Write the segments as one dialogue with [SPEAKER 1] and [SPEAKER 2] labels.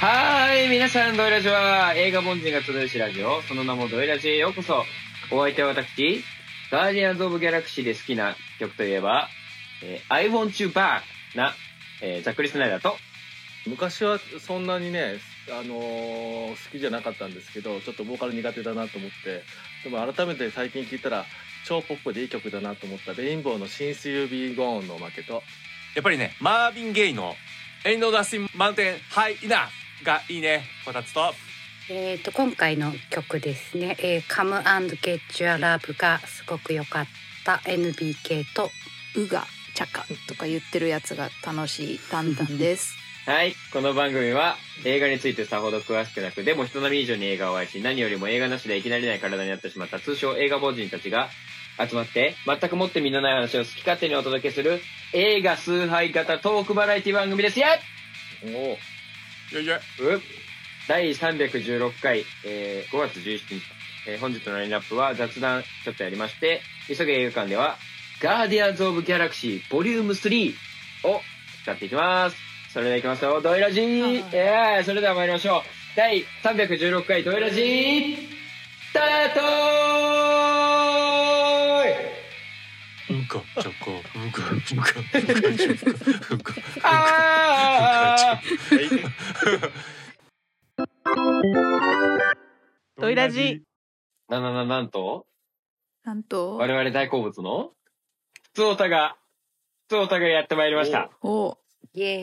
[SPEAKER 1] はーい、皆さん、ドイラジは映画凡人が集うしラジオ、その名もドイラジへようこそ。お相手は私、ガーディアンズ・オブ・ギャラクシーで好きな曲といえば、えー I Want You Back な、えーザックリスナイダーと、
[SPEAKER 2] 昔はそんなにね、あのー好きじゃなかったんですけどちょっとボーカル苦手だなと思ってでも改めて最近聞いたら超ポップでいい曲だなと思った「レインボーの新水ビーゴーンのおまけと
[SPEAKER 3] やっぱりね、マービン・ゲイの「エンド・ダスティン・マウンテン・ハイ・イナ」がいいね、こたつと。
[SPEAKER 4] えー、と今回の曲ですね「えー、Come and Get Your Love」がすごく良かった NBK と
[SPEAKER 5] うがちゃかとか言ってるやつが楽しいタンタンです。
[SPEAKER 1] はい、この番組は映画についてさほど詳しくなく、でも人並み以上に映画を愛し、何よりも映画なしで生きられない体になってしまった通称映画凡人たちが集まって、全くもって身のない話を好き勝手にお届けする映画崇拝型トークバラエティ番組です。やっ
[SPEAKER 2] おお
[SPEAKER 3] いやいや、
[SPEAKER 1] う第316回、えー5月17日、えー本日のラインナップは雑談ちょっとやりまして、急げ映画館では、ガーディアンズ・オブ・ギャラクシーボリューム3を使っていきます。それではいきますよ、ドイラジー
[SPEAKER 5] はい
[SPEAKER 1] えー、それでは参りましょう。第316回ドイラジースター トー
[SPEAKER 3] うんこ、チョコ、うんこ、うんこ、うんこ、チョコ、うんこ、
[SPEAKER 1] あ
[SPEAKER 3] うんこ、
[SPEAKER 6] ドイラジ。
[SPEAKER 1] ーななななんと
[SPEAKER 5] なんと、
[SPEAKER 1] 我々大好物の、普通おたが、普通おたがやってまいりました。
[SPEAKER 5] お
[SPEAKER 4] イエ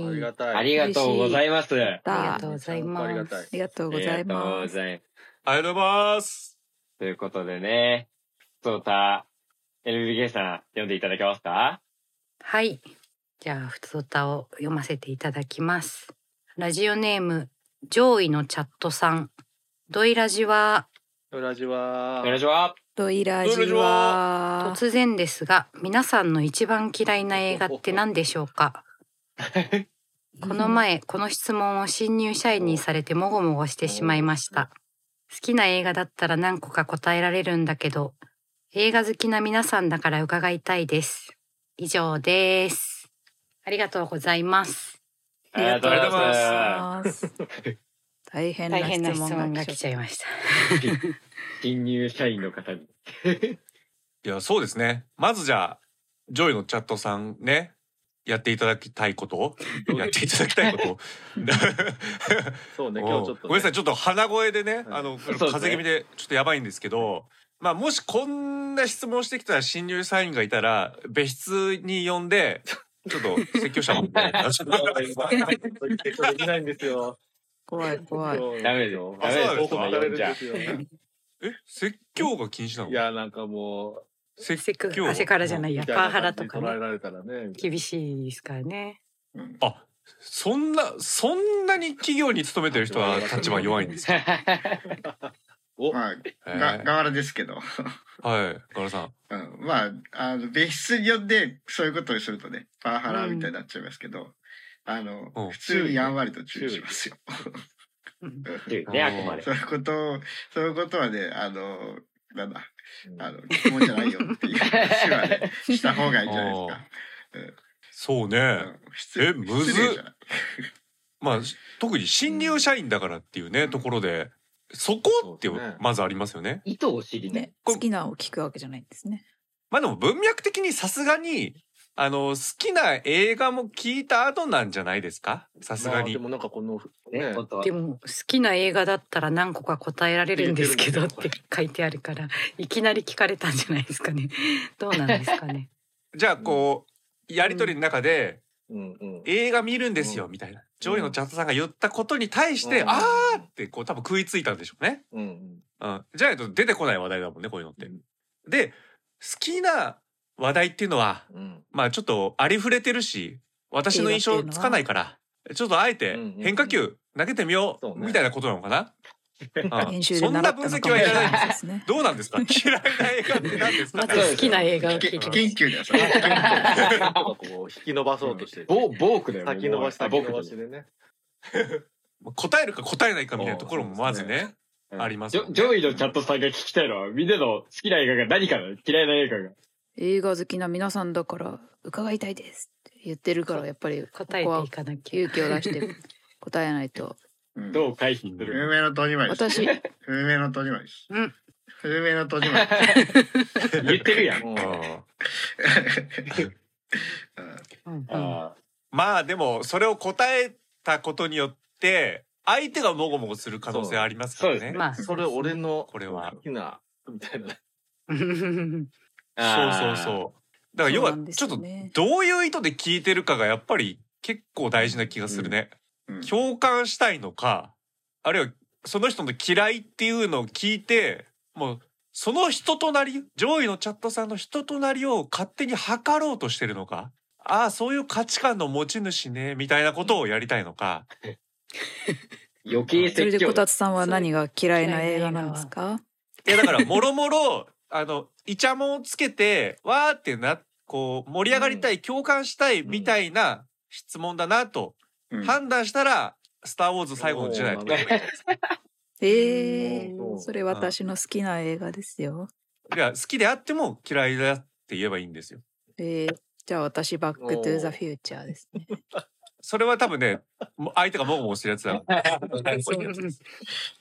[SPEAKER 4] ーイ
[SPEAKER 2] ありがたい
[SPEAKER 1] ありがとうございます。あ
[SPEAKER 4] ありが
[SPEAKER 5] だ
[SPEAKER 4] とうございます
[SPEAKER 2] ありがたい
[SPEAKER 5] ありがとうござ
[SPEAKER 1] り
[SPEAKER 5] いま
[SPEAKER 1] がとうご
[SPEAKER 5] す。
[SPEAKER 1] ざいます。
[SPEAKER 3] ありがとうございます。
[SPEAKER 1] ということでね、普通おた、LBK さん、読んでいただけますか
[SPEAKER 4] はい。じゃあ、普通歌を読ませていただきます。ラジオネーム、上位のチャットさん。ドイラジは、
[SPEAKER 2] 裏地は
[SPEAKER 1] お願いしま
[SPEAKER 5] ドイラ
[SPEAKER 3] ドイラ
[SPEAKER 5] ジ
[SPEAKER 3] ジ
[SPEAKER 5] は、
[SPEAKER 4] 突然ですが、皆さんの一番嫌いな映画って何でしょうかこの前、この質問を新入社員にされてもごもごしてしまいました。好きな映画だったら何個か答えられるんだけど、映画好きな皆さんだから伺いたいです。以上です。ありがとうございます。
[SPEAKER 1] す。ありがとうございま
[SPEAKER 5] ます。大変
[SPEAKER 4] 大変な
[SPEAKER 5] な質
[SPEAKER 4] 質問
[SPEAKER 5] 問
[SPEAKER 4] が
[SPEAKER 5] が
[SPEAKER 4] 来
[SPEAKER 5] 来
[SPEAKER 4] ち
[SPEAKER 5] ち
[SPEAKER 4] ゃ
[SPEAKER 5] ゃ
[SPEAKER 4] いました。
[SPEAKER 1] す。新入社員の 方に。
[SPEAKER 3] いや、そうですね。まずじゃあ、ジョイのチャットさんね、やっていただきたいこと、やっていただきたいこと。
[SPEAKER 2] そうね
[SPEAKER 3] うん
[SPEAKER 2] 今日ちょっと、ね、
[SPEAKER 3] ごめんなさいちょっと鼻声でね、あの
[SPEAKER 1] そうですね
[SPEAKER 3] 風邪気味でちょっとやばいんですけど、まあもしこんな質問してきた新入社員がいたら別室に呼んでちょっと説教者もんであそうなんですか
[SPEAKER 2] そう言ってこれできないんですよ
[SPEAKER 5] 怖い怖い。
[SPEAKER 1] ダメですよ。ダ
[SPEAKER 3] あ
[SPEAKER 1] メ
[SPEAKER 3] そう
[SPEAKER 1] で
[SPEAKER 3] なん
[SPEAKER 1] す
[SPEAKER 3] で
[SPEAKER 1] よ。そ
[SPEAKER 3] すか
[SPEAKER 1] んな呼んじゃ
[SPEAKER 3] え説教が禁止ないの
[SPEAKER 2] やなんかも
[SPEAKER 3] 説
[SPEAKER 4] せっかく汗からじゃないや、
[SPEAKER 2] う
[SPEAKER 4] パワハラとか
[SPEAKER 2] みたいな感じで捉えら
[SPEAKER 4] ね、
[SPEAKER 2] れたらね
[SPEAKER 4] 厳しいですからね。
[SPEAKER 3] あそんなそんなに企業に勤めてる人は立場弱いんですか、
[SPEAKER 2] お
[SPEAKER 7] まあ、
[SPEAKER 3] え
[SPEAKER 7] が、
[SPEAKER 3] ー
[SPEAKER 7] がわらですけど。
[SPEAKER 3] はいガラさん
[SPEAKER 7] うん、まあ、あの、別室に呼んで、そういうことをするとね、パワハラみたいになっちゃいますけど、あの
[SPEAKER 3] うん、
[SPEAKER 7] 普通にやんわりと注意しますよ。
[SPEAKER 4] うん
[SPEAKER 1] ね、あくまで。
[SPEAKER 7] そういうことを、そういうことはね、あの、なんだ、
[SPEAKER 2] うん
[SPEAKER 7] あの、質問じゃないよっていう話はね、した方がいいんじゃないですか。
[SPEAKER 3] そうね、
[SPEAKER 7] うん失
[SPEAKER 3] えむずっ
[SPEAKER 7] 失礼じゃない
[SPEAKER 3] まあし特に新入社員だからっていうね、ところでそこって
[SPEAKER 2] そうですね
[SPEAKER 3] まずありますよね
[SPEAKER 1] 意図を知りね。
[SPEAKER 5] ね、好きなを聞くわけじゃないんですね。
[SPEAKER 3] まあでも文脈的にさすがに、あの、好きな映画も聞いた後なんじゃないですかさすが
[SPEAKER 2] まあ
[SPEAKER 3] に
[SPEAKER 2] で。もなんかこの
[SPEAKER 1] ね、
[SPEAKER 2] ね
[SPEAKER 1] 本当は
[SPEAKER 4] で。も、好きな映画だったら何個か答えられるんですけど
[SPEAKER 2] 言
[SPEAKER 4] っ
[SPEAKER 2] ってるん
[SPEAKER 4] て書いてあるから、いきなり聞かれたんじゃないですかね。 どうなんですかね。
[SPEAKER 3] じゃあこう、やりとりの中で、
[SPEAKER 2] うんうん
[SPEAKER 3] 映画見るんですよ、
[SPEAKER 2] うん
[SPEAKER 3] みたいな。上位のチャットさんが言ったことに対して、
[SPEAKER 2] うん
[SPEAKER 3] あーってこう多分食いついたんでしょうね。
[SPEAKER 2] うんうん
[SPEAKER 3] うん。じゃないと出てこない話題だもんね、こういうのって
[SPEAKER 2] うん。
[SPEAKER 3] で、好きな話題っていうのは、
[SPEAKER 2] うん
[SPEAKER 3] まあちょっとありふれてるし、私の印象つかないから、ちょっとあえて
[SPEAKER 2] うんうん
[SPEAKER 3] 変化球投げてみよ
[SPEAKER 2] そう
[SPEAKER 3] う
[SPEAKER 2] ね
[SPEAKER 3] みたいなことなのかな。うん
[SPEAKER 5] 研修で
[SPEAKER 3] そん
[SPEAKER 5] 習
[SPEAKER 3] な
[SPEAKER 5] った
[SPEAKER 3] 分
[SPEAKER 5] の
[SPEAKER 3] 析
[SPEAKER 5] かも
[SPEAKER 3] は
[SPEAKER 5] し
[SPEAKER 3] い
[SPEAKER 5] れ
[SPEAKER 3] らない
[SPEAKER 5] ない
[SPEAKER 3] で。
[SPEAKER 5] ですすね。
[SPEAKER 3] どうなんですか 嫌いな映画って何ですか
[SPEAKER 4] まず
[SPEAKER 1] そうです
[SPEAKER 4] 好きな映画を聞
[SPEAKER 7] け
[SPEAKER 4] い
[SPEAKER 7] 危
[SPEAKER 4] て。
[SPEAKER 7] 険球だよ、それ。
[SPEAKER 2] なんかこう引き伸ばそうとしてる
[SPEAKER 1] ボボークだよ。
[SPEAKER 2] 先延ばし
[SPEAKER 1] あ
[SPEAKER 2] 先
[SPEAKER 1] ボー
[SPEAKER 2] 延
[SPEAKER 1] ク
[SPEAKER 2] ばしでね
[SPEAKER 3] 答えるか答えないかみたいなところもまずね。
[SPEAKER 1] うん
[SPEAKER 3] あります
[SPEAKER 1] ジ
[SPEAKER 3] よ
[SPEAKER 1] ョ上位のチャットさんが聞きたいのは、みんなの好きな映画が何かだよ嫌いな映画が。
[SPEAKER 5] 映画好きな皆さんだから伺いたいですって言ってるから、やっぱりこ
[SPEAKER 4] 答え
[SPEAKER 5] こ
[SPEAKER 4] て
[SPEAKER 5] はい
[SPEAKER 4] かなきゃ。
[SPEAKER 5] 勇気を出して答えないと。
[SPEAKER 7] うん
[SPEAKER 1] どう回避す
[SPEAKER 7] 風
[SPEAKER 1] る
[SPEAKER 7] 明の戸締まりです。
[SPEAKER 5] 私、
[SPEAKER 7] 風明の戸締まりです。
[SPEAKER 4] うん
[SPEAKER 7] 風明の戸締まり です。
[SPEAKER 1] 言ってるやん。
[SPEAKER 2] うん
[SPEAKER 3] うん
[SPEAKER 4] うんうん
[SPEAKER 1] あ
[SPEAKER 3] まあでもそれを答えたことによって相手がもごもごする可能性ありますから
[SPEAKER 1] そう
[SPEAKER 3] ね。
[SPEAKER 4] まあ
[SPEAKER 2] それ俺 の
[SPEAKER 3] これは
[SPEAKER 2] 好きなみたいなね
[SPEAKER 3] そう
[SPEAKER 1] ー
[SPEAKER 3] そうそう。だから要は
[SPEAKER 5] そうなんです
[SPEAKER 3] ちょ
[SPEAKER 5] よ
[SPEAKER 3] っと
[SPEAKER 5] ね
[SPEAKER 3] どういう意図で聞いてるかがやっぱり結構大事な気がするね。
[SPEAKER 7] うん
[SPEAKER 3] 共感したいのかあるいはその人の嫌いっていうのを聞いてもうその人となり上位のチャットさんの人となりを勝手に測ろうとしてるのかああそういう価値観の持ち主ねみたいなことをやりたいのか
[SPEAKER 1] 余計
[SPEAKER 5] それ
[SPEAKER 1] 説
[SPEAKER 5] でこ
[SPEAKER 1] 教。
[SPEAKER 5] たつさんは何が嫌いな映画なんですか
[SPEAKER 3] いやだからもろもろ あのイチャモンをつけてわーってなこう盛り上がりたい、共感したいみたいな質問だなと
[SPEAKER 7] うん
[SPEAKER 3] 判断したら「スター・ウォーズ最後の時代」とか
[SPEAKER 5] ええ
[SPEAKER 2] そう
[SPEAKER 5] それ私の好きな映画ですよ。
[SPEAKER 3] いや好きであっても嫌いだって言えばいいんですよ。
[SPEAKER 5] ええじゃあ私、バックトゥーザフューチャーですね。
[SPEAKER 3] それは多分 ね、も相手がもごもごしてるやつだろ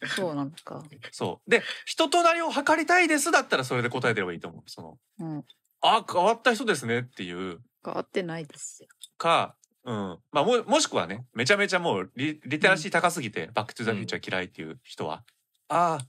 [SPEAKER 5] そうなのか。
[SPEAKER 3] そう。で、人となりを測りたいですだったらそれで答えてればいいと思う。その、
[SPEAKER 5] うん。
[SPEAKER 3] あ、変わった人ですねっていう
[SPEAKER 5] 変わってないですよ。
[SPEAKER 3] か、うん。まあ、も、もしくはね、めちゃめちゃもうリ、リテラシー高すぎて、バックトゥザフューチャー嫌いっていう人は、あ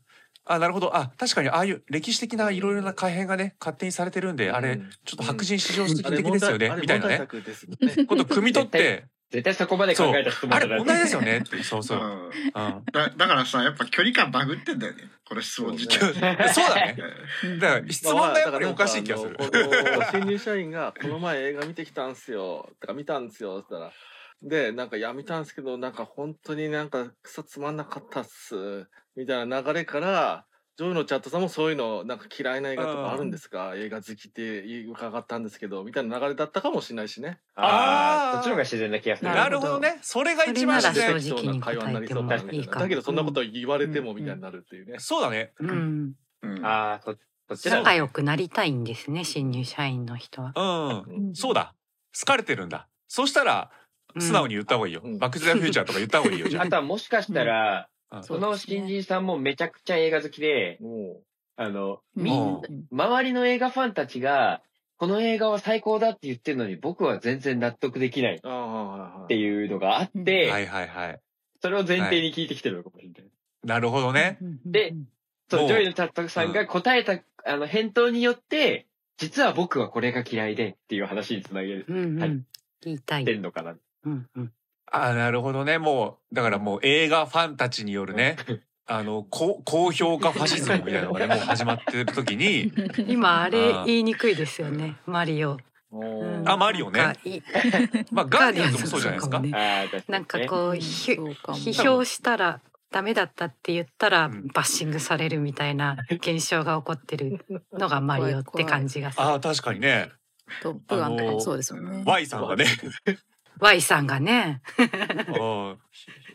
[SPEAKER 3] あ、あ、なるほど。あ、確かに、ああいう歴史的ないろいろな改変がね、勝手にされてるんで、あ
[SPEAKER 2] う
[SPEAKER 3] れ
[SPEAKER 2] ん、
[SPEAKER 3] ちょっと白人至上主
[SPEAKER 2] あ
[SPEAKER 3] 義
[SPEAKER 2] れ
[SPEAKER 3] 的ですよ
[SPEAKER 2] 問、
[SPEAKER 3] ね
[SPEAKER 2] 題
[SPEAKER 3] みたいな
[SPEAKER 2] あれ
[SPEAKER 3] ね
[SPEAKER 2] 問題。作ですね
[SPEAKER 3] ことを汲み取って、
[SPEAKER 1] 絶対そこまで考えた質問
[SPEAKER 3] あ
[SPEAKER 1] じゃ
[SPEAKER 3] れ
[SPEAKER 1] ない
[SPEAKER 3] 問題 ですよねって、そうそうう。
[SPEAKER 7] ん
[SPEAKER 3] うん。
[SPEAKER 7] だだからさやっぱ距離感バグってんだよねこの質問自体。
[SPEAKER 3] そうだね。
[SPEAKER 5] うん
[SPEAKER 3] だから質問がやっぱりおかしい気がする。
[SPEAKER 2] だからなんかあのこの新入社員が「この前映画見てきたんすよ」とか「見たんすよ」って言ったらでなんか「いや見たんすけどなんか本当になんかクソつまんなかったっす」みたいな流れから上位のチャットさんもそういうのなんか嫌いな映画とかあるんですか映画好きって伺ったんですけどみたいな流れだったかもしれないしね。
[SPEAKER 1] あ
[SPEAKER 3] あー
[SPEAKER 1] あ、そっちの方が自然な気がする。
[SPEAKER 3] なるほどね。それが一番自
[SPEAKER 4] それな
[SPEAKER 3] 然
[SPEAKER 4] ら。正直に
[SPEAKER 2] 会話になりそうだ
[SPEAKER 1] 答えてもいいかも
[SPEAKER 2] だけどそんなこと言われてもみたいになるっていうね。
[SPEAKER 3] そうだね。
[SPEAKER 4] うん
[SPEAKER 7] うん
[SPEAKER 1] ああ、そそっちだ
[SPEAKER 4] 仲。良くなりたいんですね新入社員の人は。
[SPEAKER 3] うん。
[SPEAKER 2] うん
[SPEAKER 3] そうだ。好かれてるんだ。そしたら、
[SPEAKER 4] うん
[SPEAKER 3] 素直に言った方がいいよ。
[SPEAKER 2] うん
[SPEAKER 3] バック・トゥ・ザ・フューチャーとか言った方がいいよ、じ ゃ
[SPEAKER 1] あとはもしかしたら、
[SPEAKER 3] あ。
[SPEAKER 5] そ
[SPEAKER 1] そうの
[SPEAKER 5] ですね
[SPEAKER 1] 新人さんもめちゃくちゃ映画好きで、
[SPEAKER 2] も
[SPEAKER 1] あの、
[SPEAKER 5] うん
[SPEAKER 1] みん
[SPEAKER 3] う
[SPEAKER 1] 周りの映画ファンたちが、この映画は最高だって言ってるのに、僕は全然納得できないっ
[SPEAKER 2] うああはいはいはい
[SPEAKER 1] ていうのがあっ
[SPEAKER 3] う
[SPEAKER 1] て、
[SPEAKER 3] んはいはいはい。
[SPEAKER 1] それを前提に聞いてきてるのかもしれない。
[SPEAKER 3] なるほどね。
[SPEAKER 1] で、そう、
[SPEAKER 3] もう
[SPEAKER 1] ジョイのタットさんが答えた、あの、返答によって、実は僕はこれが嫌いでっていう話につなげ
[SPEAKER 4] うんうん
[SPEAKER 1] はい
[SPEAKER 4] 言いたい
[SPEAKER 1] て。んのかな。
[SPEAKER 4] うんうん
[SPEAKER 3] あなるほどね。もう、だからもう映画ファンたちによるね、あの、こ高評価ファシズムみたいなのがね、もう始まってる時に、
[SPEAKER 4] 今あ
[SPEAKER 3] あ
[SPEAKER 4] れ
[SPEAKER 3] ー
[SPEAKER 4] 言いにくいですよねマリオ。
[SPEAKER 2] お
[SPEAKER 4] う
[SPEAKER 2] ー
[SPEAKER 4] ん
[SPEAKER 3] あマリオね
[SPEAKER 4] なんかい
[SPEAKER 3] まあ、ガーディアンズもそうじゃないですか
[SPEAKER 4] ガーディアンズ
[SPEAKER 1] ああ、確か
[SPEAKER 4] もそう。もね
[SPEAKER 1] にね、
[SPEAKER 4] なんかこうひ
[SPEAKER 5] そうかも
[SPEAKER 4] 批評したらダメだったって言ったら
[SPEAKER 3] うん
[SPEAKER 4] バッシングされるみたいな現象が起こってるのがマリオって感じがする。
[SPEAKER 3] ああ、確かにね。
[SPEAKER 5] トップガンとかもそうですもんね。
[SPEAKER 3] Y さんがね、
[SPEAKER 4] Y さんがね。
[SPEAKER 3] うん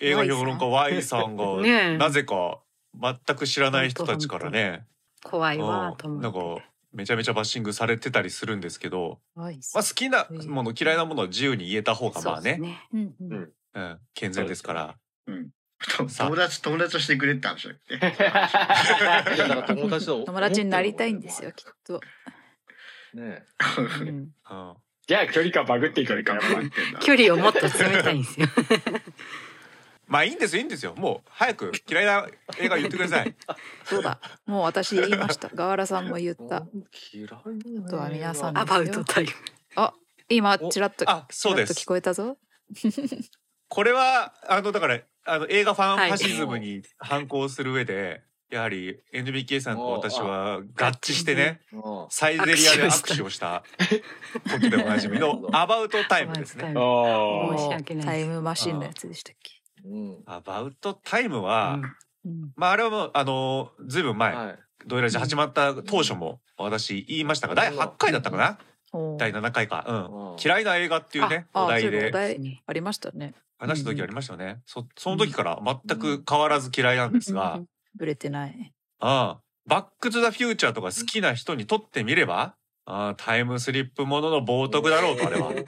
[SPEAKER 3] 映画評論家 Y さんが、
[SPEAKER 4] ねえ
[SPEAKER 3] なぜか全く知らない人たちからね、
[SPEAKER 4] 怖
[SPEAKER 3] う
[SPEAKER 4] い
[SPEAKER 3] ん
[SPEAKER 4] わと
[SPEAKER 3] なん
[SPEAKER 4] 思
[SPEAKER 3] かめちゃめちゃバッシングされてたりするんですけど、
[SPEAKER 5] はい。
[SPEAKER 3] まあ、好きなもの嫌いなものを自由に言えた方
[SPEAKER 4] って。
[SPEAKER 3] がまあね
[SPEAKER 4] そうです
[SPEAKER 5] うんう
[SPEAKER 1] う
[SPEAKER 5] ん
[SPEAKER 1] ん
[SPEAKER 3] うん、健全ですから。
[SPEAKER 7] と友達友達としてくれって話だっけ。
[SPEAKER 2] い やだから友達と
[SPEAKER 5] 友達になりたいんですよ、きっと。
[SPEAKER 2] ね
[SPEAKER 5] うん
[SPEAKER 3] うん
[SPEAKER 1] じゃあ距離感バグってい
[SPEAKER 7] 距
[SPEAKER 1] く
[SPEAKER 7] 離
[SPEAKER 1] の
[SPEAKER 7] 感
[SPEAKER 1] か
[SPEAKER 7] バ
[SPEAKER 1] な。
[SPEAKER 7] グってんだ。
[SPEAKER 4] 距離をもっと詰めたい んですよ。
[SPEAKER 3] まあいいんですよいいんですよもう早く嫌いな映画言ってください
[SPEAKER 5] そうだ。もう私言いました。ガワラさんも言っ
[SPEAKER 2] うん
[SPEAKER 5] た。
[SPEAKER 2] 嫌いな
[SPEAKER 5] あとは皆さん
[SPEAKER 4] アバウトタイム。
[SPEAKER 5] 今、ちらっと、
[SPEAKER 3] あそうで
[SPEAKER 5] ちらっと聞
[SPEAKER 3] す
[SPEAKER 5] こえたぞ。
[SPEAKER 3] これはあのだからあの映画ファンフ
[SPEAKER 4] はい
[SPEAKER 3] ァシズムに反抗する上で、やはり NBK さんと私は合致してね
[SPEAKER 2] うん
[SPEAKER 3] サイゼリアで握手をしたことでおなじみの「アバウトタイム」ですね。
[SPEAKER 1] お
[SPEAKER 4] 申
[SPEAKER 1] ー
[SPEAKER 4] し訳ないです
[SPEAKER 5] タイムマシンのやつでしたっけ。
[SPEAKER 2] うん
[SPEAKER 3] アバウトタイムは、
[SPEAKER 5] うん
[SPEAKER 3] まああれはもうあのずいぶん前、
[SPEAKER 2] はい
[SPEAKER 3] ドイラジ始まった当初も私言いましたが第8回だったかな、
[SPEAKER 5] おー
[SPEAKER 3] 第7回か、うん、
[SPEAKER 2] うん
[SPEAKER 3] 嫌いな映画っていうね
[SPEAKER 5] あ
[SPEAKER 3] お題
[SPEAKER 5] あそういう
[SPEAKER 3] で
[SPEAKER 5] お題
[SPEAKER 4] ね
[SPEAKER 5] ありましたね。
[SPEAKER 3] 話した時ありましたよね、そその時から全く変わらず嫌いなんですが、
[SPEAKER 5] うんぶれてない。
[SPEAKER 3] ああバック・トゥ・ザ・フューチャーとか好きな人にとってみればああタイムスリップものの冒涜だろうとあれは
[SPEAKER 2] うん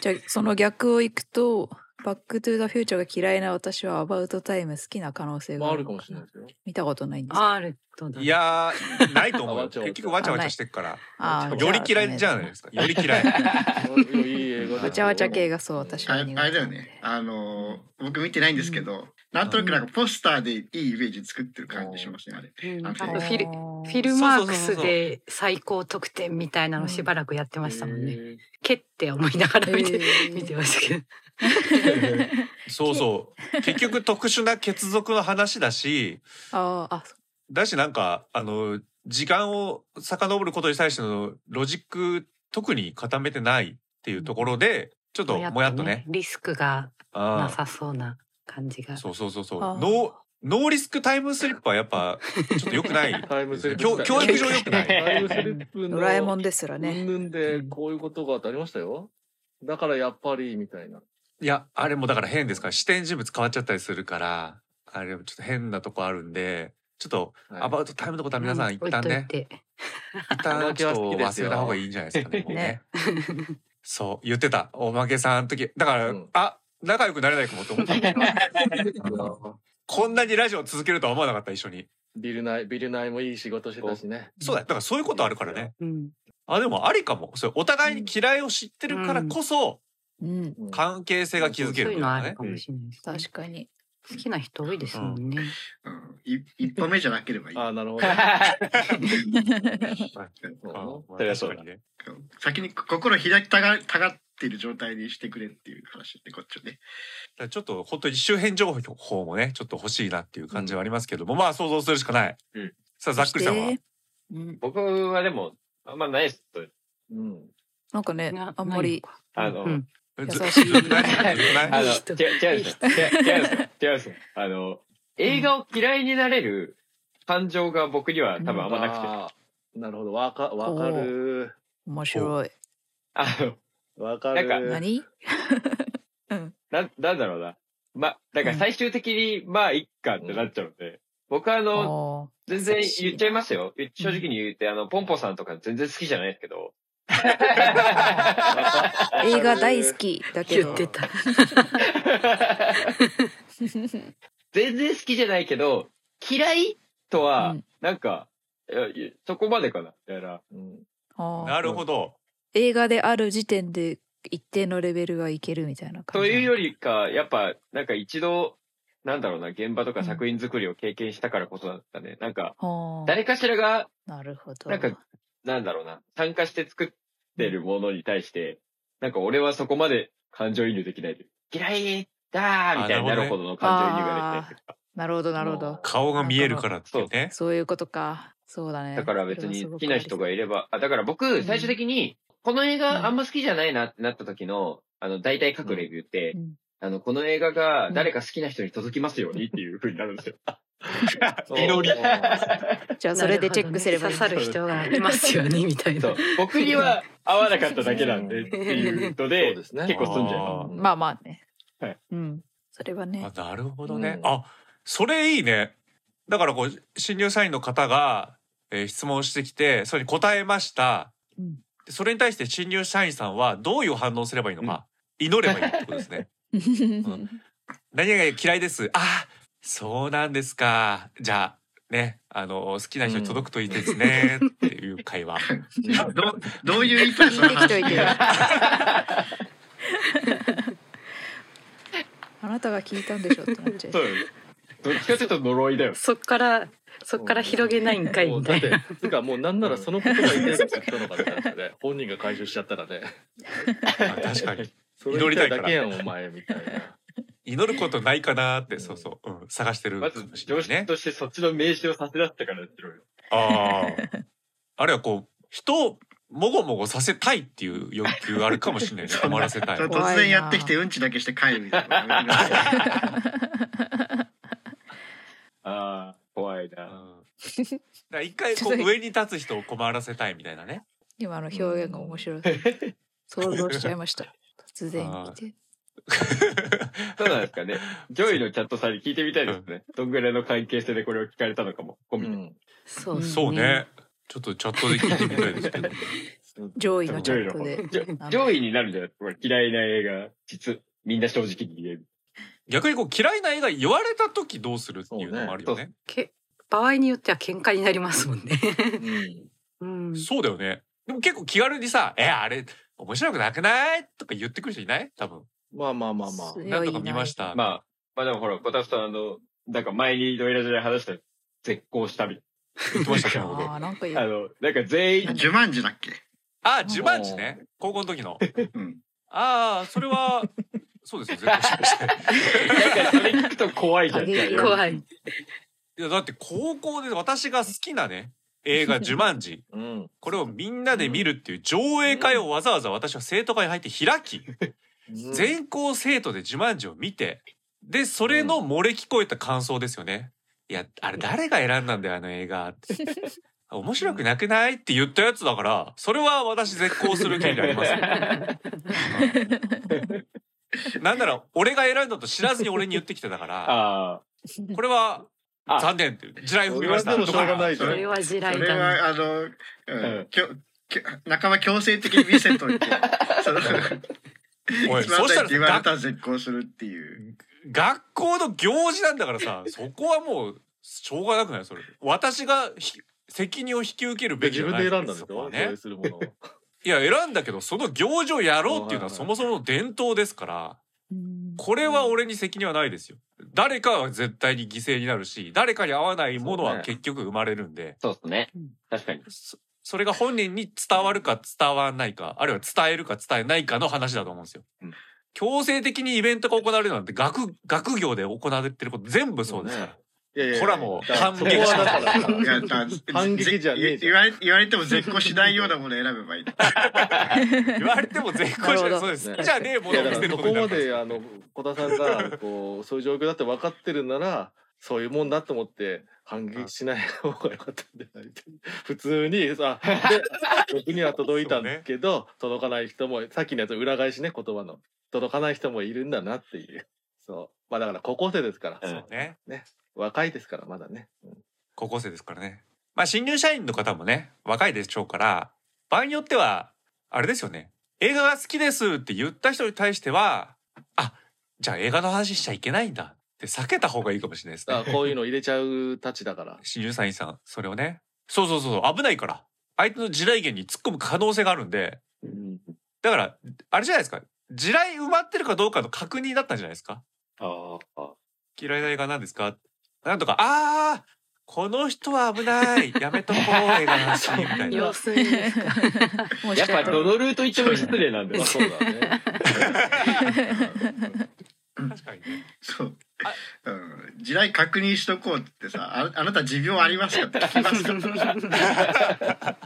[SPEAKER 5] じゃあ、その逆をいくと、バックトゥーザフューチャーが嫌いな私はアバウトタイム好きな可能性
[SPEAKER 2] ま
[SPEAKER 5] が
[SPEAKER 2] あ、
[SPEAKER 5] あ
[SPEAKER 2] あ
[SPEAKER 5] る
[SPEAKER 2] る
[SPEAKER 5] の
[SPEAKER 2] かも
[SPEAKER 5] か
[SPEAKER 2] しれないですよ。
[SPEAKER 5] 見たことないんですけど
[SPEAKER 4] あるとだ
[SPEAKER 3] いやー、ないと思う
[SPEAKER 2] あ
[SPEAKER 3] よ。
[SPEAKER 2] わちゃわちゃ
[SPEAKER 3] 結局わちゃわちゃしてっから。
[SPEAKER 5] あー
[SPEAKER 3] より嫌いじゃないですか。より嫌い。
[SPEAKER 2] いい映画だ
[SPEAKER 5] わちゃわちゃ系がそう私
[SPEAKER 7] あ
[SPEAKER 5] は苦
[SPEAKER 7] れ
[SPEAKER 5] 手
[SPEAKER 7] あ
[SPEAKER 5] なん
[SPEAKER 7] れ
[SPEAKER 5] で
[SPEAKER 7] だよねあの僕見てないんですけど、なんとなくなんかポスターでいいイメージ作ってる感じしますねあれ
[SPEAKER 4] うんなんか
[SPEAKER 5] あ
[SPEAKER 4] フ
[SPEAKER 5] ー
[SPEAKER 4] ィルフィルマークスで最高得点みたいなのしばらくやってましたもんね。
[SPEAKER 2] ね。
[SPEAKER 4] けって思いながら見て、
[SPEAKER 5] えー
[SPEAKER 4] 見てましたけど。
[SPEAKER 3] そうそう。 結局特殊な血族の話だし、
[SPEAKER 5] あーあそ
[SPEAKER 3] だしなんか、あの、時間を遡ることに対してのロジック、特に固めてないっていうところで、ちょっともやっとね。
[SPEAKER 4] リスクがな
[SPEAKER 3] あ
[SPEAKER 4] さそうな感じが
[SPEAKER 3] あ。。そうそうそうそう。
[SPEAKER 5] あー
[SPEAKER 3] ノー、ノーリスクタイムスリップはやっぱ、ちょっと良くない。
[SPEAKER 2] タイムスリップ
[SPEAKER 3] 教教育上良くない。
[SPEAKER 2] タイムスリップ
[SPEAKER 5] う
[SPEAKER 2] の。
[SPEAKER 5] ドラえもんですら
[SPEAKER 2] うん
[SPEAKER 5] ね
[SPEAKER 2] ぬんでこういうことがあってありましたよ。だからやっぱりみたいな。
[SPEAKER 3] いや、あれもだから変ですから、視点人物変わっちゃったりするから、あれもちょっと変なとこあるんで、ちょっと、
[SPEAKER 2] はい
[SPEAKER 3] アバウトタイムのことは皆さん一旦ね、
[SPEAKER 4] 置いといて。
[SPEAKER 3] 一旦ちょっと
[SPEAKER 2] おまけは好きです
[SPEAKER 3] 忘
[SPEAKER 2] よ
[SPEAKER 3] れた方がいいんじゃないですかね。もうね
[SPEAKER 5] ね
[SPEAKER 3] そう、言ってた。おまけさんの時。だから、
[SPEAKER 2] うん
[SPEAKER 3] あ、仲良くなれないかもと思った。こんなにラジオ続けるとは思わなかった、一緒に。
[SPEAKER 2] ビルナイ、ビルナイもいい仕事してたしね。
[SPEAKER 3] そうだよ。だからそういうことあるからね。
[SPEAKER 4] うん。
[SPEAKER 3] あ、でもありかも。それお互いに嫌いを知ってるからこそ、
[SPEAKER 2] う
[SPEAKER 5] ううん
[SPEAKER 2] ん
[SPEAKER 3] 関係性が築
[SPEAKER 4] そ
[SPEAKER 3] け
[SPEAKER 4] う
[SPEAKER 3] る
[SPEAKER 4] い
[SPEAKER 3] み
[SPEAKER 4] うの
[SPEAKER 3] たい
[SPEAKER 4] あ
[SPEAKER 3] な
[SPEAKER 4] る
[SPEAKER 3] ね
[SPEAKER 4] か。もしれないですね。
[SPEAKER 5] 確かに
[SPEAKER 4] 好きな人多いですもんね。
[SPEAKER 7] うんい一歩目じゃなければいい
[SPEAKER 2] ああ、なる ほど。
[SPEAKER 3] うん
[SPEAKER 1] それはそうだ
[SPEAKER 3] 確かにね
[SPEAKER 7] 先に心開きたがたがってる状態にしてくれっていう話でこっちはね
[SPEAKER 3] だからちょっと本当に周辺情報もね、ちょっと欲しいなっていう感じはありますけども、まあ想像するしかない。
[SPEAKER 1] うん
[SPEAKER 3] さあ、ざっくりさん
[SPEAKER 5] そ
[SPEAKER 3] は
[SPEAKER 5] してうん
[SPEAKER 1] 僕はでも、あんまないです。
[SPEAKER 2] うん。
[SPEAKER 5] なんかね
[SPEAKER 4] な
[SPEAKER 5] あんまり
[SPEAKER 1] あの、
[SPEAKER 4] うん
[SPEAKER 3] ず
[SPEAKER 5] 優しい
[SPEAKER 3] ずっとないずっとない
[SPEAKER 1] あの、
[SPEAKER 4] いい
[SPEAKER 1] 違
[SPEAKER 4] 人
[SPEAKER 1] う、違うですよ。違う、違うですよ。違うですよ。あの、映画を嫌いになれる感情が僕には多分あんまなくて。
[SPEAKER 2] あーなるほど。わか、わかる。
[SPEAKER 5] 面白い
[SPEAKER 1] あの、
[SPEAKER 2] わか
[SPEAKER 1] なん
[SPEAKER 2] る。
[SPEAKER 5] 何
[SPEAKER 1] なん、なんだろうな。ま、だから最終的に、まあ、いっかってなっちゃうので、僕はあ
[SPEAKER 5] あ
[SPEAKER 1] の、
[SPEAKER 5] ー
[SPEAKER 1] 全然言っちゃいますよ。言っ正直に言って、あの、ポンポさんとか全然好きじゃないですけど。
[SPEAKER 5] 映画大好きだけ
[SPEAKER 4] 言
[SPEAKER 5] ど
[SPEAKER 4] ってた。
[SPEAKER 1] 全然好きじゃないけど、嫌いとは
[SPEAKER 5] うん、
[SPEAKER 1] なんか、いやいやそこまでかな。だから、
[SPEAKER 2] うん
[SPEAKER 5] あー
[SPEAKER 3] なるほど。
[SPEAKER 5] 映画である時点で一定のレベルはいけるみたいな感
[SPEAKER 1] と
[SPEAKER 5] じ
[SPEAKER 1] いう
[SPEAKER 5] う
[SPEAKER 1] よりか、やっぱ、なんか一度、なんだろうな、現場とか作品作りを経験したからこそだったね。なんか、誰かしらが、
[SPEAKER 5] なるほど
[SPEAKER 1] なんかなんだろうな、参加して作ってるものに対して、なんか俺はそこまで感情移入できないで、嫌いだーみたいになるほどの感情移入ができないとか。
[SPEAKER 5] なるほどなるほど
[SPEAKER 3] 顔が見えるからっていうね。
[SPEAKER 5] そういうことかそうだね
[SPEAKER 1] だから別に好きな人がいれ
[SPEAKER 5] ば
[SPEAKER 1] ば、あだから僕、最終的に、この映画あんま好きじゃないなってなった時の、あの、大体書くレビューって、
[SPEAKER 5] うん
[SPEAKER 1] あの、この映画が誰か好きな人に届きますようにっていう風になるんですよ。
[SPEAKER 3] 祈り。
[SPEAKER 5] じゃあそれでチェックすればいい
[SPEAKER 4] なるほどね刺さる人がいますよ ねみたい
[SPEAKER 1] そ
[SPEAKER 4] な
[SPEAKER 1] う。。僕には合わなかっただけなんでっていうの
[SPEAKER 2] そう
[SPEAKER 1] で
[SPEAKER 2] で、すね。
[SPEAKER 1] 結構済んじゃいま
[SPEAKER 3] あー
[SPEAKER 5] まあまあね、
[SPEAKER 1] はい
[SPEAKER 5] うんそれはね
[SPEAKER 3] あなるほどね。
[SPEAKER 2] うん
[SPEAKER 3] あそれいいね。だからこう新入社員の方が、えー質問してきてそれに答えました。
[SPEAKER 5] うん
[SPEAKER 3] でそれに対して新入社員さんはどういう反応すればいいのか、祈ればいいってことですね。 何が嫌いです。あそうなんですか。じゃあねあの好きな人に届くといいですね、っていう会話。
[SPEAKER 7] どうどういう意図でその話
[SPEAKER 5] 聞いてきといて よ
[SPEAKER 7] あ
[SPEAKER 5] あなたが聞いたんでしょってなっちゃ
[SPEAKER 1] す。そ
[SPEAKER 5] う
[SPEAKER 1] うです。どっちかというと呪いだよ。
[SPEAKER 4] そっからそっから広げないんかい
[SPEAKER 2] もう
[SPEAKER 4] み
[SPEAKER 2] だ
[SPEAKER 4] た
[SPEAKER 2] っ
[SPEAKER 4] い
[SPEAKER 2] て
[SPEAKER 4] な。、
[SPEAKER 2] つうかもうなんならそのことが言ってなかったのかみたいなね。本人が回収しちゃったらね。
[SPEAKER 3] あ確かに
[SPEAKER 2] それ言っただけやん、お前、みたいな。
[SPEAKER 3] 祈ることないかなって、そうそう、うん、探してる
[SPEAKER 1] ま
[SPEAKER 3] か
[SPEAKER 1] ず
[SPEAKER 3] もしれ
[SPEAKER 1] 常
[SPEAKER 3] ないね
[SPEAKER 1] 識。としてそっちの名刺をさせだってからやってろよ。
[SPEAKER 3] ああ。あるいはこう、人をもごもごさせたいっていう欲求があるかもしれないね。
[SPEAKER 7] そ
[SPEAKER 3] 止
[SPEAKER 7] んな
[SPEAKER 3] まらせたい
[SPEAKER 7] そ。れ突然やってきてうんちだけして帰るみた いな
[SPEAKER 1] ああ、怖いな。
[SPEAKER 3] うんだから一回 こう上に立つ人を困らせたいみたいなね。
[SPEAKER 5] 今の表現が面 白い想像しちゃいました突然見て
[SPEAKER 1] そうなんですかね。ジョイのチャットさんに聞いてみたいですね。どんぐらいの関係性でこれを聞かれたのかも。込
[SPEAKER 2] う
[SPEAKER 1] みで。
[SPEAKER 2] ん。
[SPEAKER 4] そうね
[SPEAKER 3] そうね。。ちょっとチャットで聞いてみたいです けど。
[SPEAKER 5] 上位の
[SPEAKER 1] ジ
[SPEAKER 5] チ
[SPEAKER 1] ョイの
[SPEAKER 5] ャット
[SPEAKER 1] 方
[SPEAKER 5] で
[SPEAKER 1] ジョ。上位になるんじゃないですかこれ嫌いな映画、実。みんな正直に言える。
[SPEAKER 3] 逆にこう嫌いな映画言われた時どうするっていうのもあるよね。
[SPEAKER 4] け場合によっては喧嘩になりますもんね。
[SPEAKER 2] うん
[SPEAKER 4] うん、。
[SPEAKER 3] そうだよね。でも結構気軽にさ、え、あれ面白くなくないとか言ってくる人いない多分。
[SPEAKER 2] まあまあまあまあ。
[SPEAKER 3] 何度か見ましたた。
[SPEAKER 1] まあ、まあでもほら、小田さん、あの、なんか前にドイラジで話した絶好したみ
[SPEAKER 3] 言ってましたけ
[SPEAKER 5] あ
[SPEAKER 3] ど。
[SPEAKER 5] ーなんか言
[SPEAKER 1] あ
[SPEAKER 5] う
[SPEAKER 1] の、なんか全員、
[SPEAKER 7] ジュマンジだっけ
[SPEAKER 3] あ、ジュバンジね。高校の時の。
[SPEAKER 7] うん。
[SPEAKER 3] ああ、それ は、そうですよ、絶好しました。
[SPEAKER 1] なんかそれ聞くと怖いじゃん。
[SPEAKER 4] 怖い。
[SPEAKER 3] いや、だって高校で私が好きなね、映画、ジュマンジ。
[SPEAKER 2] うん。
[SPEAKER 3] これをみんなで見るっていう上映会をわざわざ私は生徒会に入って開き、
[SPEAKER 2] うん
[SPEAKER 3] 全校生徒でジュマンジを見て、で、それの漏れ聞こえた感想ですよね。いや、あれ誰が選んだんだよ、あの映画 って。面白くなくないって言ったやつだから、それは私絶好する気になりますよ。なんなら、俺が選んだと知らずに俺に言ってきてたから、
[SPEAKER 1] あ
[SPEAKER 3] これは
[SPEAKER 1] あ
[SPEAKER 3] 残念って、地雷踏みました。
[SPEAKER 2] それはでもしょうがない
[SPEAKER 4] それは地
[SPEAKER 7] そ
[SPEAKER 4] 雷
[SPEAKER 7] れ
[SPEAKER 4] だな。
[SPEAKER 7] は、あの、うん
[SPEAKER 1] ん、
[SPEAKER 7] きょきょ仲間強制的に見せといて、その、
[SPEAKER 3] おい
[SPEAKER 7] つまんないって言われ
[SPEAKER 3] そした
[SPEAKER 7] た
[SPEAKER 3] ら
[SPEAKER 7] ら絶交するっていう。
[SPEAKER 3] 学校の行事なんだからさそこはもうしょうがなくないそれ私がひ責任を引き受けるべきじ
[SPEAKER 2] 自
[SPEAKER 3] ゃ
[SPEAKER 2] 分
[SPEAKER 3] な
[SPEAKER 2] で
[SPEAKER 3] い
[SPEAKER 2] 選んだんです
[SPEAKER 3] そこは
[SPEAKER 2] よ。
[SPEAKER 3] ね
[SPEAKER 2] ね、するものを。
[SPEAKER 3] いや選んだけどその行事をやろうっていう
[SPEAKER 2] はいは
[SPEAKER 3] のは
[SPEAKER 2] い
[SPEAKER 3] そもそもの伝統ですから
[SPEAKER 5] うん
[SPEAKER 3] これは俺に責任はないですよ誰かは絶対に犠牲になるし誰かに合わないもの
[SPEAKER 2] そう
[SPEAKER 3] は
[SPEAKER 2] ね
[SPEAKER 3] 結局生まれるんで
[SPEAKER 1] そうっすね。確かに。
[SPEAKER 3] そそれが本人に伝わるか伝わらないかあるいは伝えるか伝えないかの話だと思うんですよ
[SPEAKER 1] うん。
[SPEAKER 3] 強制的にイベントが行われるなんて学学業で行われてること全部そうですから。
[SPEAKER 2] いやいやいや
[SPEAKER 3] これはもう
[SPEAKER 2] だから
[SPEAKER 3] 反
[SPEAKER 2] そ
[SPEAKER 3] 撃
[SPEAKER 2] こ
[SPEAKER 3] し
[SPEAKER 2] は
[SPEAKER 3] ま
[SPEAKER 2] だ
[SPEAKER 3] す
[SPEAKER 2] から
[SPEAKER 7] いやだからぜ
[SPEAKER 2] 反撃じゃねえじゃん
[SPEAKER 7] 言われ言われても絶交しないようなもの選べばいい。
[SPEAKER 3] 言われても絶好じゃない。そうです。好きじゃねえも
[SPEAKER 2] いや
[SPEAKER 3] のを見
[SPEAKER 2] だ
[SPEAKER 3] せ
[SPEAKER 2] から
[SPEAKER 3] る
[SPEAKER 2] そ
[SPEAKER 3] こと
[SPEAKER 2] こま
[SPEAKER 3] になるから
[SPEAKER 2] であの小田さんがこうそういう状況だって分かってるな らそういうもんだと思って反撃しない方が良かったんじゃないっ て普通にさで僕には届いたんですけど、届かない人もさっきのやつ裏返しね言葉の届かない人もいるんだなっていうそうまあだから高校生ですから、
[SPEAKER 1] うん
[SPEAKER 3] ね。
[SPEAKER 2] 若いですからまだね、うん
[SPEAKER 3] 高校生ですから ね。まあ新入社員の方もね、若いでしょうから、場合によっては、あれですよね。映画が好きですって言った人に対しては、あ、じゃあ映画の話しちゃいけないんだって避けた方がいいかもしれないです
[SPEAKER 2] だ
[SPEAKER 3] ね。
[SPEAKER 2] からこういうの入れちゃうたちだから
[SPEAKER 3] 新入社員さん、それをね。そうそうそうそう、危ないから。相手の地雷源に突っ込む可能性があるんで、だから、あれじゃないですか。地雷埋まってるかどうかの確認だったんじゃないですか。
[SPEAKER 1] ああ。
[SPEAKER 3] 嫌いな映画なんですかなんとか、ああこの人は危ないやめとこう、映画の話みたいな
[SPEAKER 4] 様。 子見ですか。
[SPEAKER 5] 面
[SPEAKER 1] やっ
[SPEAKER 5] 白
[SPEAKER 1] ぱ
[SPEAKER 5] い
[SPEAKER 1] どのルート行っても失礼なんだ
[SPEAKER 2] ま
[SPEAKER 1] よ
[SPEAKER 2] あ。そうだね
[SPEAKER 3] 確かにね。
[SPEAKER 7] そう。うん、地雷確認しとこうってさ、ああなた持病ありますかって聞きますか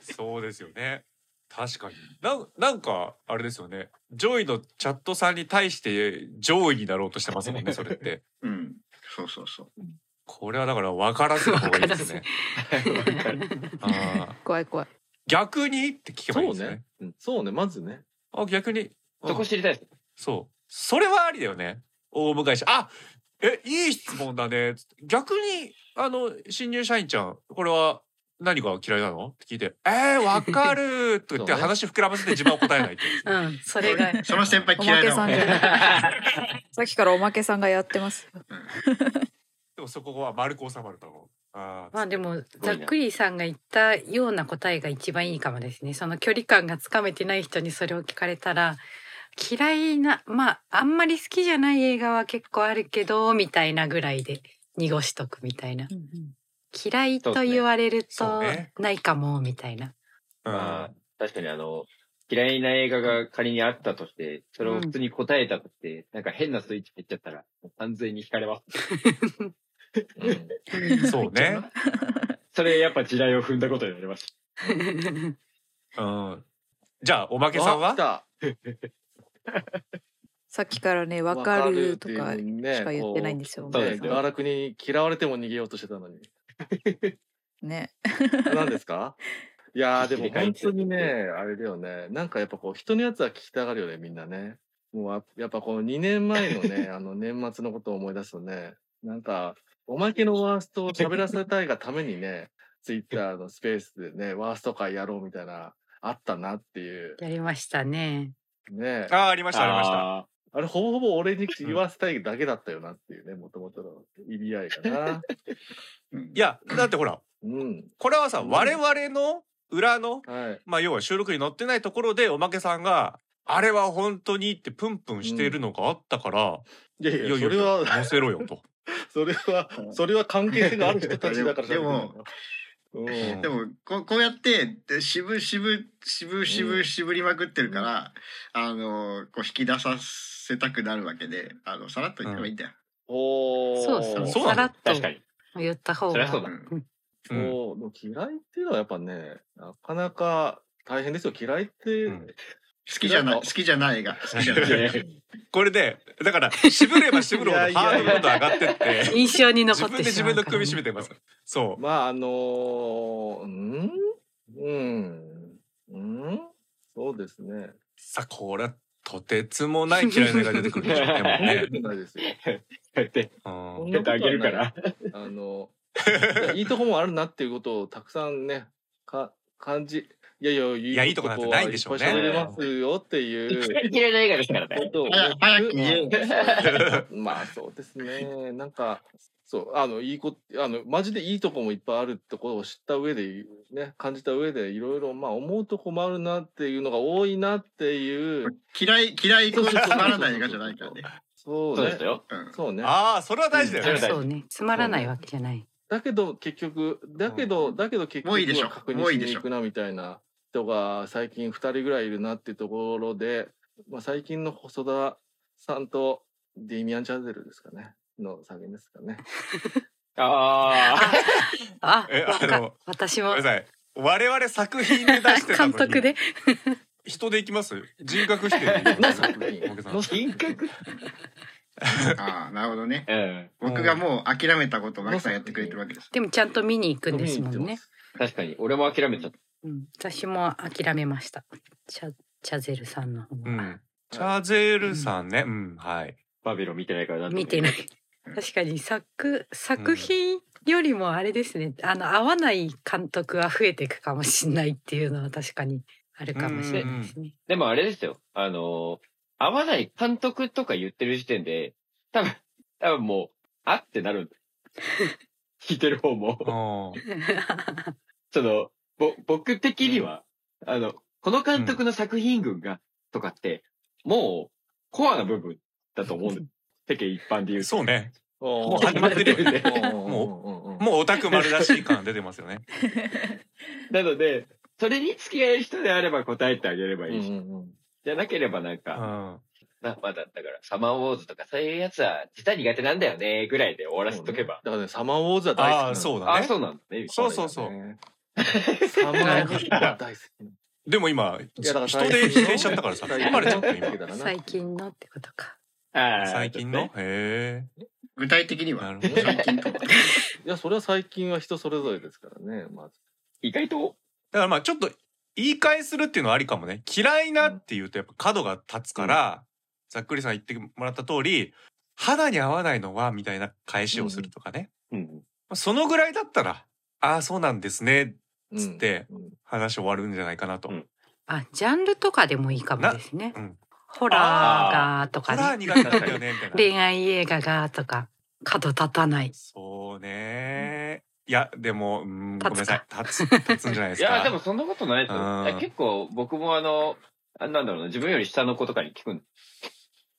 [SPEAKER 3] そうですよね。確かに。なんなんか、あれですよね。上位のチャットさんに対して上位になろうとしてますもんね、それって。
[SPEAKER 7] うん。そうそうそう。
[SPEAKER 3] これはだから分からせた方がいいですね。あー
[SPEAKER 5] 怖い怖い
[SPEAKER 3] 逆にって聞けばいいですね。
[SPEAKER 2] そうそうねまずね
[SPEAKER 3] あ逆に。うん
[SPEAKER 1] そこ知りたいです。
[SPEAKER 3] そう。それはありだよね。大迎えし。あえ、いい質問だね。逆に、あの、新入社員ちゃん、これは何が嫌いなのって聞いて、えー、わ かると言って
[SPEAKER 2] そうね
[SPEAKER 3] 話膨らませて自分は答えないっ ていう
[SPEAKER 4] うん、それが。
[SPEAKER 7] その先輩
[SPEAKER 5] おま
[SPEAKER 7] 嫌い
[SPEAKER 5] け
[SPEAKER 7] だも
[SPEAKER 5] さ
[SPEAKER 7] ん
[SPEAKER 5] んじ。ゃない さっきからおまけさんがやってます
[SPEAKER 3] でもそこは丸く収まると思う。あー
[SPEAKER 4] まあでも
[SPEAKER 1] ご
[SPEAKER 4] ざっ
[SPEAKER 1] いな
[SPEAKER 4] くりさんが言ったような答えが一番いいかもですねその距離感がつかめてない人にそれを聞かれたら嫌いなまああんまり好きじゃない映画は結構あるけどみたいなぐらいで濁しとくみたいな嫌いと言われる
[SPEAKER 3] そう
[SPEAKER 4] と
[SPEAKER 3] ね
[SPEAKER 4] ないかもみたい な
[SPEAKER 1] まあ、確かにあの、嫌いな映画が仮にあったとして、それを普通に答えたとして、なんか変なスイッチ入っちゃったら、もう完全に惹かれます。
[SPEAKER 2] うん
[SPEAKER 3] うんそうね。
[SPEAKER 1] それやっぱ地雷を踏んだことになりまし
[SPEAKER 3] うん。じゃあ、おまけさんは
[SPEAKER 2] あ来た
[SPEAKER 5] さっきからねわかるとかしか言ってないん
[SPEAKER 2] で
[SPEAKER 5] ですよ
[SPEAKER 1] そう
[SPEAKER 2] ね
[SPEAKER 1] で、すよ
[SPEAKER 2] ガラクに嫌われても逃げようとして たのに。
[SPEAKER 5] ね
[SPEAKER 2] 何ですかいやーでも
[SPEAKER 1] 切り替え
[SPEAKER 2] 本
[SPEAKER 1] て
[SPEAKER 2] 当にね、あれだよね。なんかやっぱこう人のやつは聞きたがるよね、みんなね。もうあやっぱこう2年前の ね、あの年末のことを思い出すとね、なんかおまけのワーストを喋らせたいがためにね、ツイッターのスペースでね、ワースト会やろうみたいな、あったなっていう。
[SPEAKER 4] やりましたね
[SPEAKER 2] ねえ
[SPEAKER 3] ああ、ありました、ありました。
[SPEAKER 1] あ
[SPEAKER 2] あれほぼほぼ 俺に言わせたいだけだったよなっていうねもともとの意味合いかな
[SPEAKER 7] うん
[SPEAKER 3] いや、だってほら、
[SPEAKER 2] うん
[SPEAKER 3] これはさ、
[SPEAKER 2] うん
[SPEAKER 3] 我々の裏の、
[SPEAKER 2] はい
[SPEAKER 3] まあ要は収録に載ってないところでおまけさんが、あれは本当にってプンプンしているのがあったから、
[SPEAKER 2] いやい
[SPEAKER 3] い
[SPEAKER 2] や
[SPEAKER 3] やいや
[SPEAKER 2] それは
[SPEAKER 3] 載せろよと。
[SPEAKER 2] それはそれは関係性がある人たちだから
[SPEAKER 7] でも
[SPEAKER 2] 喋ってんだよ
[SPEAKER 7] でもこうこうやってで渋渋渋
[SPEAKER 2] う
[SPEAKER 7] 渋
[SPEAKER 2] ん
[SPEAKER 7] 渋りまくってるから、あのこう引き出させたくなるわけであのさらっと言ってばいいんだよ。
[SPEAKER 2] おー
[SPEAKER 4] そうですね。
[SPEAKER 3] そうな
[SPEAKER 4] さ
[SPEAKER 3] の
[SPEAKER 4] らっ
[SPEAKER 1] ー
[SPEAKER 4] と
[SPEAKER 1] 確かに。
[SPEAKER 4] 言った方
[SPEAKER 1] そりゃそう
[SPEAKER 4] が
[SPEAKER 1] だ。
[SPEAKER 7] うん
[SPEAKER 3] う
[SPEAKER 2] も
[SPEAKER 3] ん
[SPEAKER 2] うもう嫌いっていうのはやっぱねなかなか大変ですよ嫌いって、
[SPEAKER 3] うん
[SPEAKER 7] 好きじゃない
[SPEAKER 2] なん
[SPEAKER 7] 好
[SPEAKER 2] か
[SPEAKER 7] きじゃないが好きじゃない。
[SPEAKER 3] これで、だから、渋れば渋るほど
[SPEAKER 2] いやい
[SPEAKER 3] ハ
[SPEAKER 2] や
[SPEAKER 3] ー
[SPEAKER 2] い
[SPEAKER 3] ド
[SPEAKER 2] や
[SPEAKER 3] ルが上がってって、
[SPEAKER 4] 印象に残
[SPEAKER 3] 自
[SPEAKER 4] っ
[SPEAKER 3] 分で
[SPEAKER 4] て
[SPEAKER 3] 自
[SPEAKER 4] しま
[SPEAKER 3] 分
[SPEAKER 4] うか
[SPEAKER 3] の
[SPEAKER 4] らね
[SPEAKER 3] 首絞めてます。そう。
[SPEAKER 2] まああのー、うんうんうんそうですね
[SPEAKER 3] さあ、これはとてつもない嫌いな映画出てくるでしょうね、もうね。
[SPEAKER 2] 問題ですよ
[SPEAKER 1] って、
[SPEAKER 3] うん
[SPEAKER 2] こん
[SPEAKER 1] ペ
[SPEAKER 2] な
[SPEAKER 1] ッ
[SPEAKER 2] こと
[SPEAKER 1] トあ
[SPEAKER 2] はな
[SPEAKER 1] げ
[SPEAKER 2] い
[SPEAKER 1] るから。
[SPEAKER 2] あのいやいいとこもあるなっていうことをたくさんねか感じいやいやい
[SPEAKER 3] いやいいとこなんてないでしょうね
[SPEAKER 2] いっぱい喋れますよっていう
[SPEAKER 1] 一番嫌いな映画ですから
[SPEAKER 2] こ
[SPEAKER 1] ね。
[SPEAKER 2] とを
[SPEAKER 7] 早早く言えよ
[SPEAKER 2] まあそうですね。なんか、そう、あの、いいこ、あの、マジでいいとこもいっぱいあるってことを知った上で、ね、感じた上で、いろいろ、まあ思うとこもあるなっていうのが多いなっていう。
[SPEAKER 7] 嫌い嫌いイコールつまらない映画じゃないからね。
[SPEAKER 2] そう
[SPEAKER 1] そう
[SPEAKER 2] ね
[SPEAKER 1] です。よ。
[SPEAKER 7] うん
[SPEAKER 2] そうね。
[SPEAKER 3] ああ、それは大事だよね。
[SPEAKER 4] そうね。つまらないわけじゃない。
[SPEAKER 2] だけど結局、だけど、だけど結局
[SPEAKER 7] もういいでしょ
[SPEAKER 2] は確
[SPEAKER 7] もう
[SPEAKER 2] 認
[SPEAKER 7] いい
[SPEAKER 2] し
[SPEAKER 7] で
[SPEAKER 2] に
[SPEAKER 7] しょ
[SPEAKER 2] 行くなみたいな人が最近2人ぐらいいるなっていうところで、まあ、最近の細田さんとディミアン・チャゼルですかね。の作品ですかね。
[SPEAKER 1] ああ。
[SPEAKER 4] あ、
[SPEAKER 3] え、
[SPEAKER 4] わ
[SPEAKER 3] あ
[SPEAKER 4] か
[SPEAKER 3] の、
[SPEAKER 4] 私
[SPEAKER 3] ご
[SPEAKER 4] も
[SPEAKER 3] めんなさい。我々作品で出してたの
[SPEAKER 4] 監
[SPEAKER 3] に
[SPEAKER 4] 督で。
[SPEAKER 3] 人でいきます人格否定でいきま
[SPEAKER 2] の
[SPEAKER 3] す
[SPEAKER 2] 作品。
[SPEAKER 3] 大げさ
[SPEAKER 2] の
[SPEAKER 3] な
[SPEAKER 2] 作品
[SPEAKER 7] ああなるほどね。
[SPEAKER 1] うん。
[SPEAKER 7] 僕がもう諦めたことをマキさんやってくれてるわけです。
[SPEAKER 4] でもちゃんと見に行くんですもんね。
[SPEAKER 1] 確かに。俺も諦めちゃっ
[SPEAKER 4] うん、私も諦めました。チャチャゼルさんの方は、
[SPEAKER 3] うん。チャーゼルさんね。うん、はい。
[SPEAKER 1] た。バビロン見てないからなんとも
[SPEAKER 4] 見て
[SPEAKER 1] 言え
[SPEAKER 4] ない
[SPEAKER 1] い。。
[SPEAKER 4] 確かに作作品よりもあれですね、あの合わない監督は増えていくかもしれないっていうのは確かにあるかもしれないですね。
[SPEAKER 1] でもあれですよ。あのー合わない監督とか言ってる時点で、多分、多分もう、あってなる。 聞いてる方も。
[SPEAKER 3] あ
[SPEAKER 1] その、ぼ、僕的には、あの、この監督の作品群が、とかって、もう、コアな部分だと思うんです。世間一般で言
[SPEAKER 3] ー
[SPEAKER 1] うと。
[SPEAKER 3] そうね。
[SPEAKER 2] も
[SPEAKER 3] もう始まってる よね。
[SPEAKER 2] も
[SPEAKER 3] もうオタク丸出しい感出てますよね。
[SPEAKER 1] なので、それに付き合える人であれば答えてあげれば
[SPEAKER 2] う
[SPEAKER 1] いいし、じゃなければなん
[SPEAKER 3] う
[SPEAKER 1] か、
[SPEAKER 3] ん。
[SPEAKER 1] まあまあだったから、サマーウォーズとかそういうやつは、実は苦手なんだよね、ぐらいで終わらせとけば。
[SPEAKER 2] だからね、サマーウォーズは大好き
[SPEAKER 3] ああ、そうだ
[SPEAKER 1] あ、
[SPEAKER 3] ね。
[SPEAKER 1] そうなんだね。
[SPEAKER 3] そうそうそう。
[SPEAKER 2] サマーウォーズは大好き。
[SPEAKER 3] でも今、
[SPEAKER 2] いやだから
[SPEAKER 3] 人で否定しちゃったからさ、
[SPEAKER 2] 最
[SPEAKER 3] 含
[SPEAKER 2] 近
[SPEAKER 3] まれちゃった今。
[SPEAKER 4] 最近のってことか。
[SPEAKER 1] あー
[SPEAKER 3] 最近のへ
[SPEAKER 7] 具体的に
[SPEAKER 3] え。な
[SPEAKER 7] は
[SPEAKER 3] るほど。
[SPEAKER 7] 最近とか。
[SPEAKER 2] いや、それは最近は人それぞれですからね、まず。
[SPEAKER 1] 意外と、
[SPEAKER 3] だからまあちょっと言い返するっていうのはありかもね。嫌いなっていうとやっぱ角が立つから、ざっくりさん言ってもらった通り、肌に合わないのはみたいな返しをするとかね。
[SPEAKER 1] うん。
[SPEAKER 3] まあそのぐらいだったら、ああ、そうなんですね。つって
[SPEAKER 2] うん。
[SPEAKER 3] 話終わるんじゃないかなと。
[SPEAKER 1] う
[SPEAKER 3] うんん。
[SPEAKER 4] あ、ジャンルとかでもいいかもですね。ホラーがと
[SPEAKER 3] ホ
[SPEAKER 4] か
[SPEAKER 3] ラー
[SPEAKER 4] ね、
[SPEAKER 3] 苦手なんだよね、みたいな。
[SPEAKER 4] 恋愛映画がとか、角立たない。
[SPEAKER 3] そうね。いや、でも、うん、ご
[SPEAKER 4] 立
[SPEAKER 3] めんな
[SPEAKER 4] つ
[SPEAKER 3] さい
[SPEAKER 4] か。
[SPEAKER 3] 立つ、立つんじゃないで
[SPEAKER 1] い
[SPEAKER 3] すか。
[SPEAKER 1] や、でもそんなことないと思う。
[SPEAKER 3] うん
[SPEAKER 1] いや結構僕もあの、あなんだろうな、自分より下の子とかに聞くん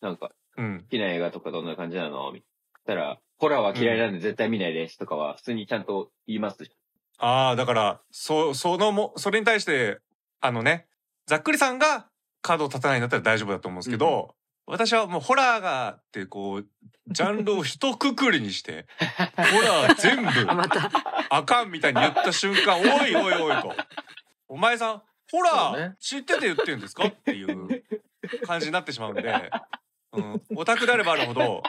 [SPEAKER 1] なんか、
[SPEAKER 3] うん
[SPEAKER 1] 好。きな映画とかどんな感じなのみたいな。ら、ホラーは嫌いなんで絶対見ないですとかは普通にちゃんと言いますし。
[SPEAKER 3] ああ、だから、そ、そのも、それに対して、あのね、ざっくりさんが角を立たないんだったら大丈夫だと思うんですけど、私はもうホラーが、ってこう、ジャンルを一括りに して、ホラー全部、
[SPEAKER 4] あ、ま た、
[SPEAKER 3] あかんみたいに言った瞬間、おいおいおいと。お前さん、ホ
[SPEAKER 2] そう
[SPEAKER 3] ラー
[SPEAKER 2] ね
[SPEAKER 3] 知ってて言ってるんですかっていう感じになってしまうんで、うん、オタクであればあるほど、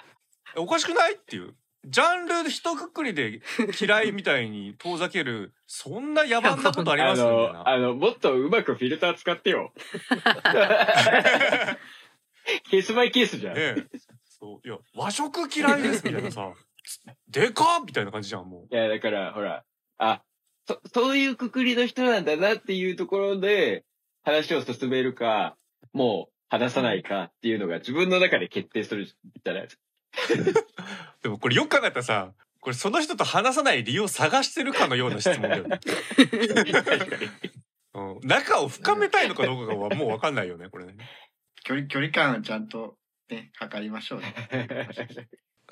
[SPEAKER 3] えおかしくないっていう。ジャンル一括りで嫌いみたいに遠ざける、そんな野蛮なことあり
[SPEAKER 1] あ
[SPEAKER 3] ますみたい
[SPEAKER 1] の、
[SPEAKER 3] な。
[SPEAKER 1] あの、もっとうまくフィルター使って よ。ケースバイケースじゃん。い
[SPEAKER 3] ええそういや和食嫌いですみたいなさ、でかっみたいな感じじゃん、もう。
[SPEAKER 1] や、だから、ほら、あ、そ、そういうくくりの人なんだなっていうところで話を進めるか、も話さないかっていうのが自分の中で決定するじゃないですか。
[SPEAKER 3] でもこれよく考えたらさこれその人と話さない理由を探してるかのような質問だよね、
[SPEAKER 1] 確かに。
[SPEAKER 3] うん、仲を深めたいのかどうかはもう分かんないよねこれね
[SPEAKER 7] 距離、距離感をちゃんとね、測りましょうね。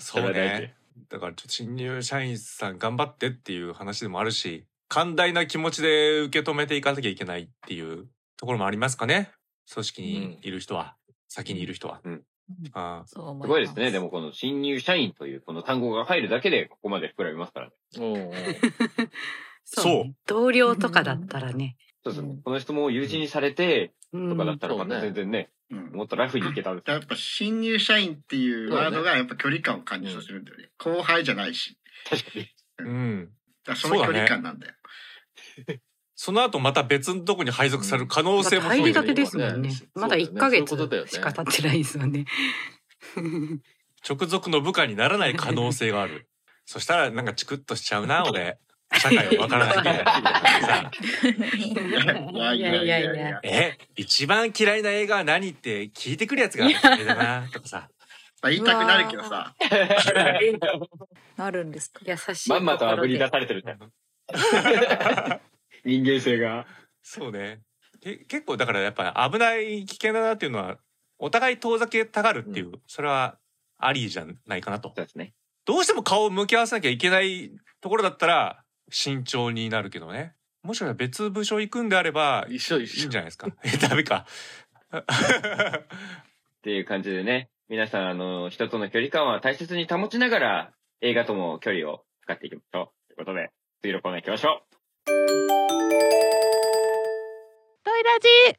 [SPEAKER 3] そうね。だからちょっと新入社員さん頑張ってっていう話でもあるし、寛大な気持ちで受け止めていかなきゃいけないっていうところもありますかね。組織にいる人は、先にいる人は。
[SPEAKER 1] うん
[SPEAKER 3] あ
[SPEAKER 5] そう 思
[SPEAKER 1] すごいですね。
[SPEAKER 5] ま
[SPEAKER 1] でもこの新入社員というこの単語が入るだけでここまで膨らみますからね。
[SPEAKER 2] おうおう
[SPEAKER 3] そう
[SPEAKER 4] 同僚とかだったらね。
[SPEAKER 1] そうですね
[SPEAKER 5] うん
[SPEAKER 1] この質問を友人にされて
[SPEAKER 4] うん
[SPEAKER 1] とかだったら
[SPEAKER 2] うん
[SPEAKER 1] また全然ね、
[SPEAKER 7] うん。
[SPEAKER 1] もっとラフにいけたんですけ
[SPEAKER 7] やっぱ新入社員っていうワードがやっぱ距離感を感じさせるんだよね。後輩じゃないし。
[SPEAKER 1] ど確かに。
[SPEAKER 3] うん。
[SPEAKER 7] だからその距離感なん だよ。
[SPEAKER 3] その後また別のとこに配属される可能性も
[SPEAKER 4] 入
[SPEAKER 3] そうよ
[SPEAKER 4] りた
[SPEAKER 2] だ
[SPEAKER 3] ね。
[SPEAKER 4] てですもんね。まだ1ヶ月
[SPEAKER 2] そういうことだよね
[SPEAKER 4] しか経ってないですよね。
[SPEAKER 3] 直属の部下にならない可能性がある。そしたらなんかチクッとしちゃうな、俺。社会をわからないみたいなさ。
[SPEAKER 5] す
[SPEAKER 7] いやいやいやいや。
[SPEAKER 3] え、一番嫌いな映画は何って聞いてくるやつが嫌いだな、とかさ。
[SPEAKER 7] まあ言いたくなるけどさ。
[SPEAKER 5] なるんですか
[SPEAKER 4] 優しい。
[SPEAKER 1] まんまと炙り出されてるみたいな。 人間性が。
[SPEAKER 3] そうね。け結構だからやっぱ危ない危険だなっていうのはお互い遠ざけたがるっていう、それはありじゃないかなと。
[SPEAKER 1] そうですね。
[SPEAKER 3] どうしても顔を向き合わせなきゃいけないところだったら慎重になるけどね。もしかしたら別部署行くんであればい
[SPEAKER 2] 一緒
[SPEAKER 3] い
[SPEAKER 2] 一
[SPEAKER 3] ん
[SPEAKER 2] 緒
[SPEAKER 3] じ。ゃないですか。 えダメか。
[SPEAKER 1] っていう感じでね、皆さん、あの、人との距離感は大切に保ちながら、映画とも距離を測っていきましょう。ということで、次のコーナー行きましょう。
[SPEAKER 6] トイラジ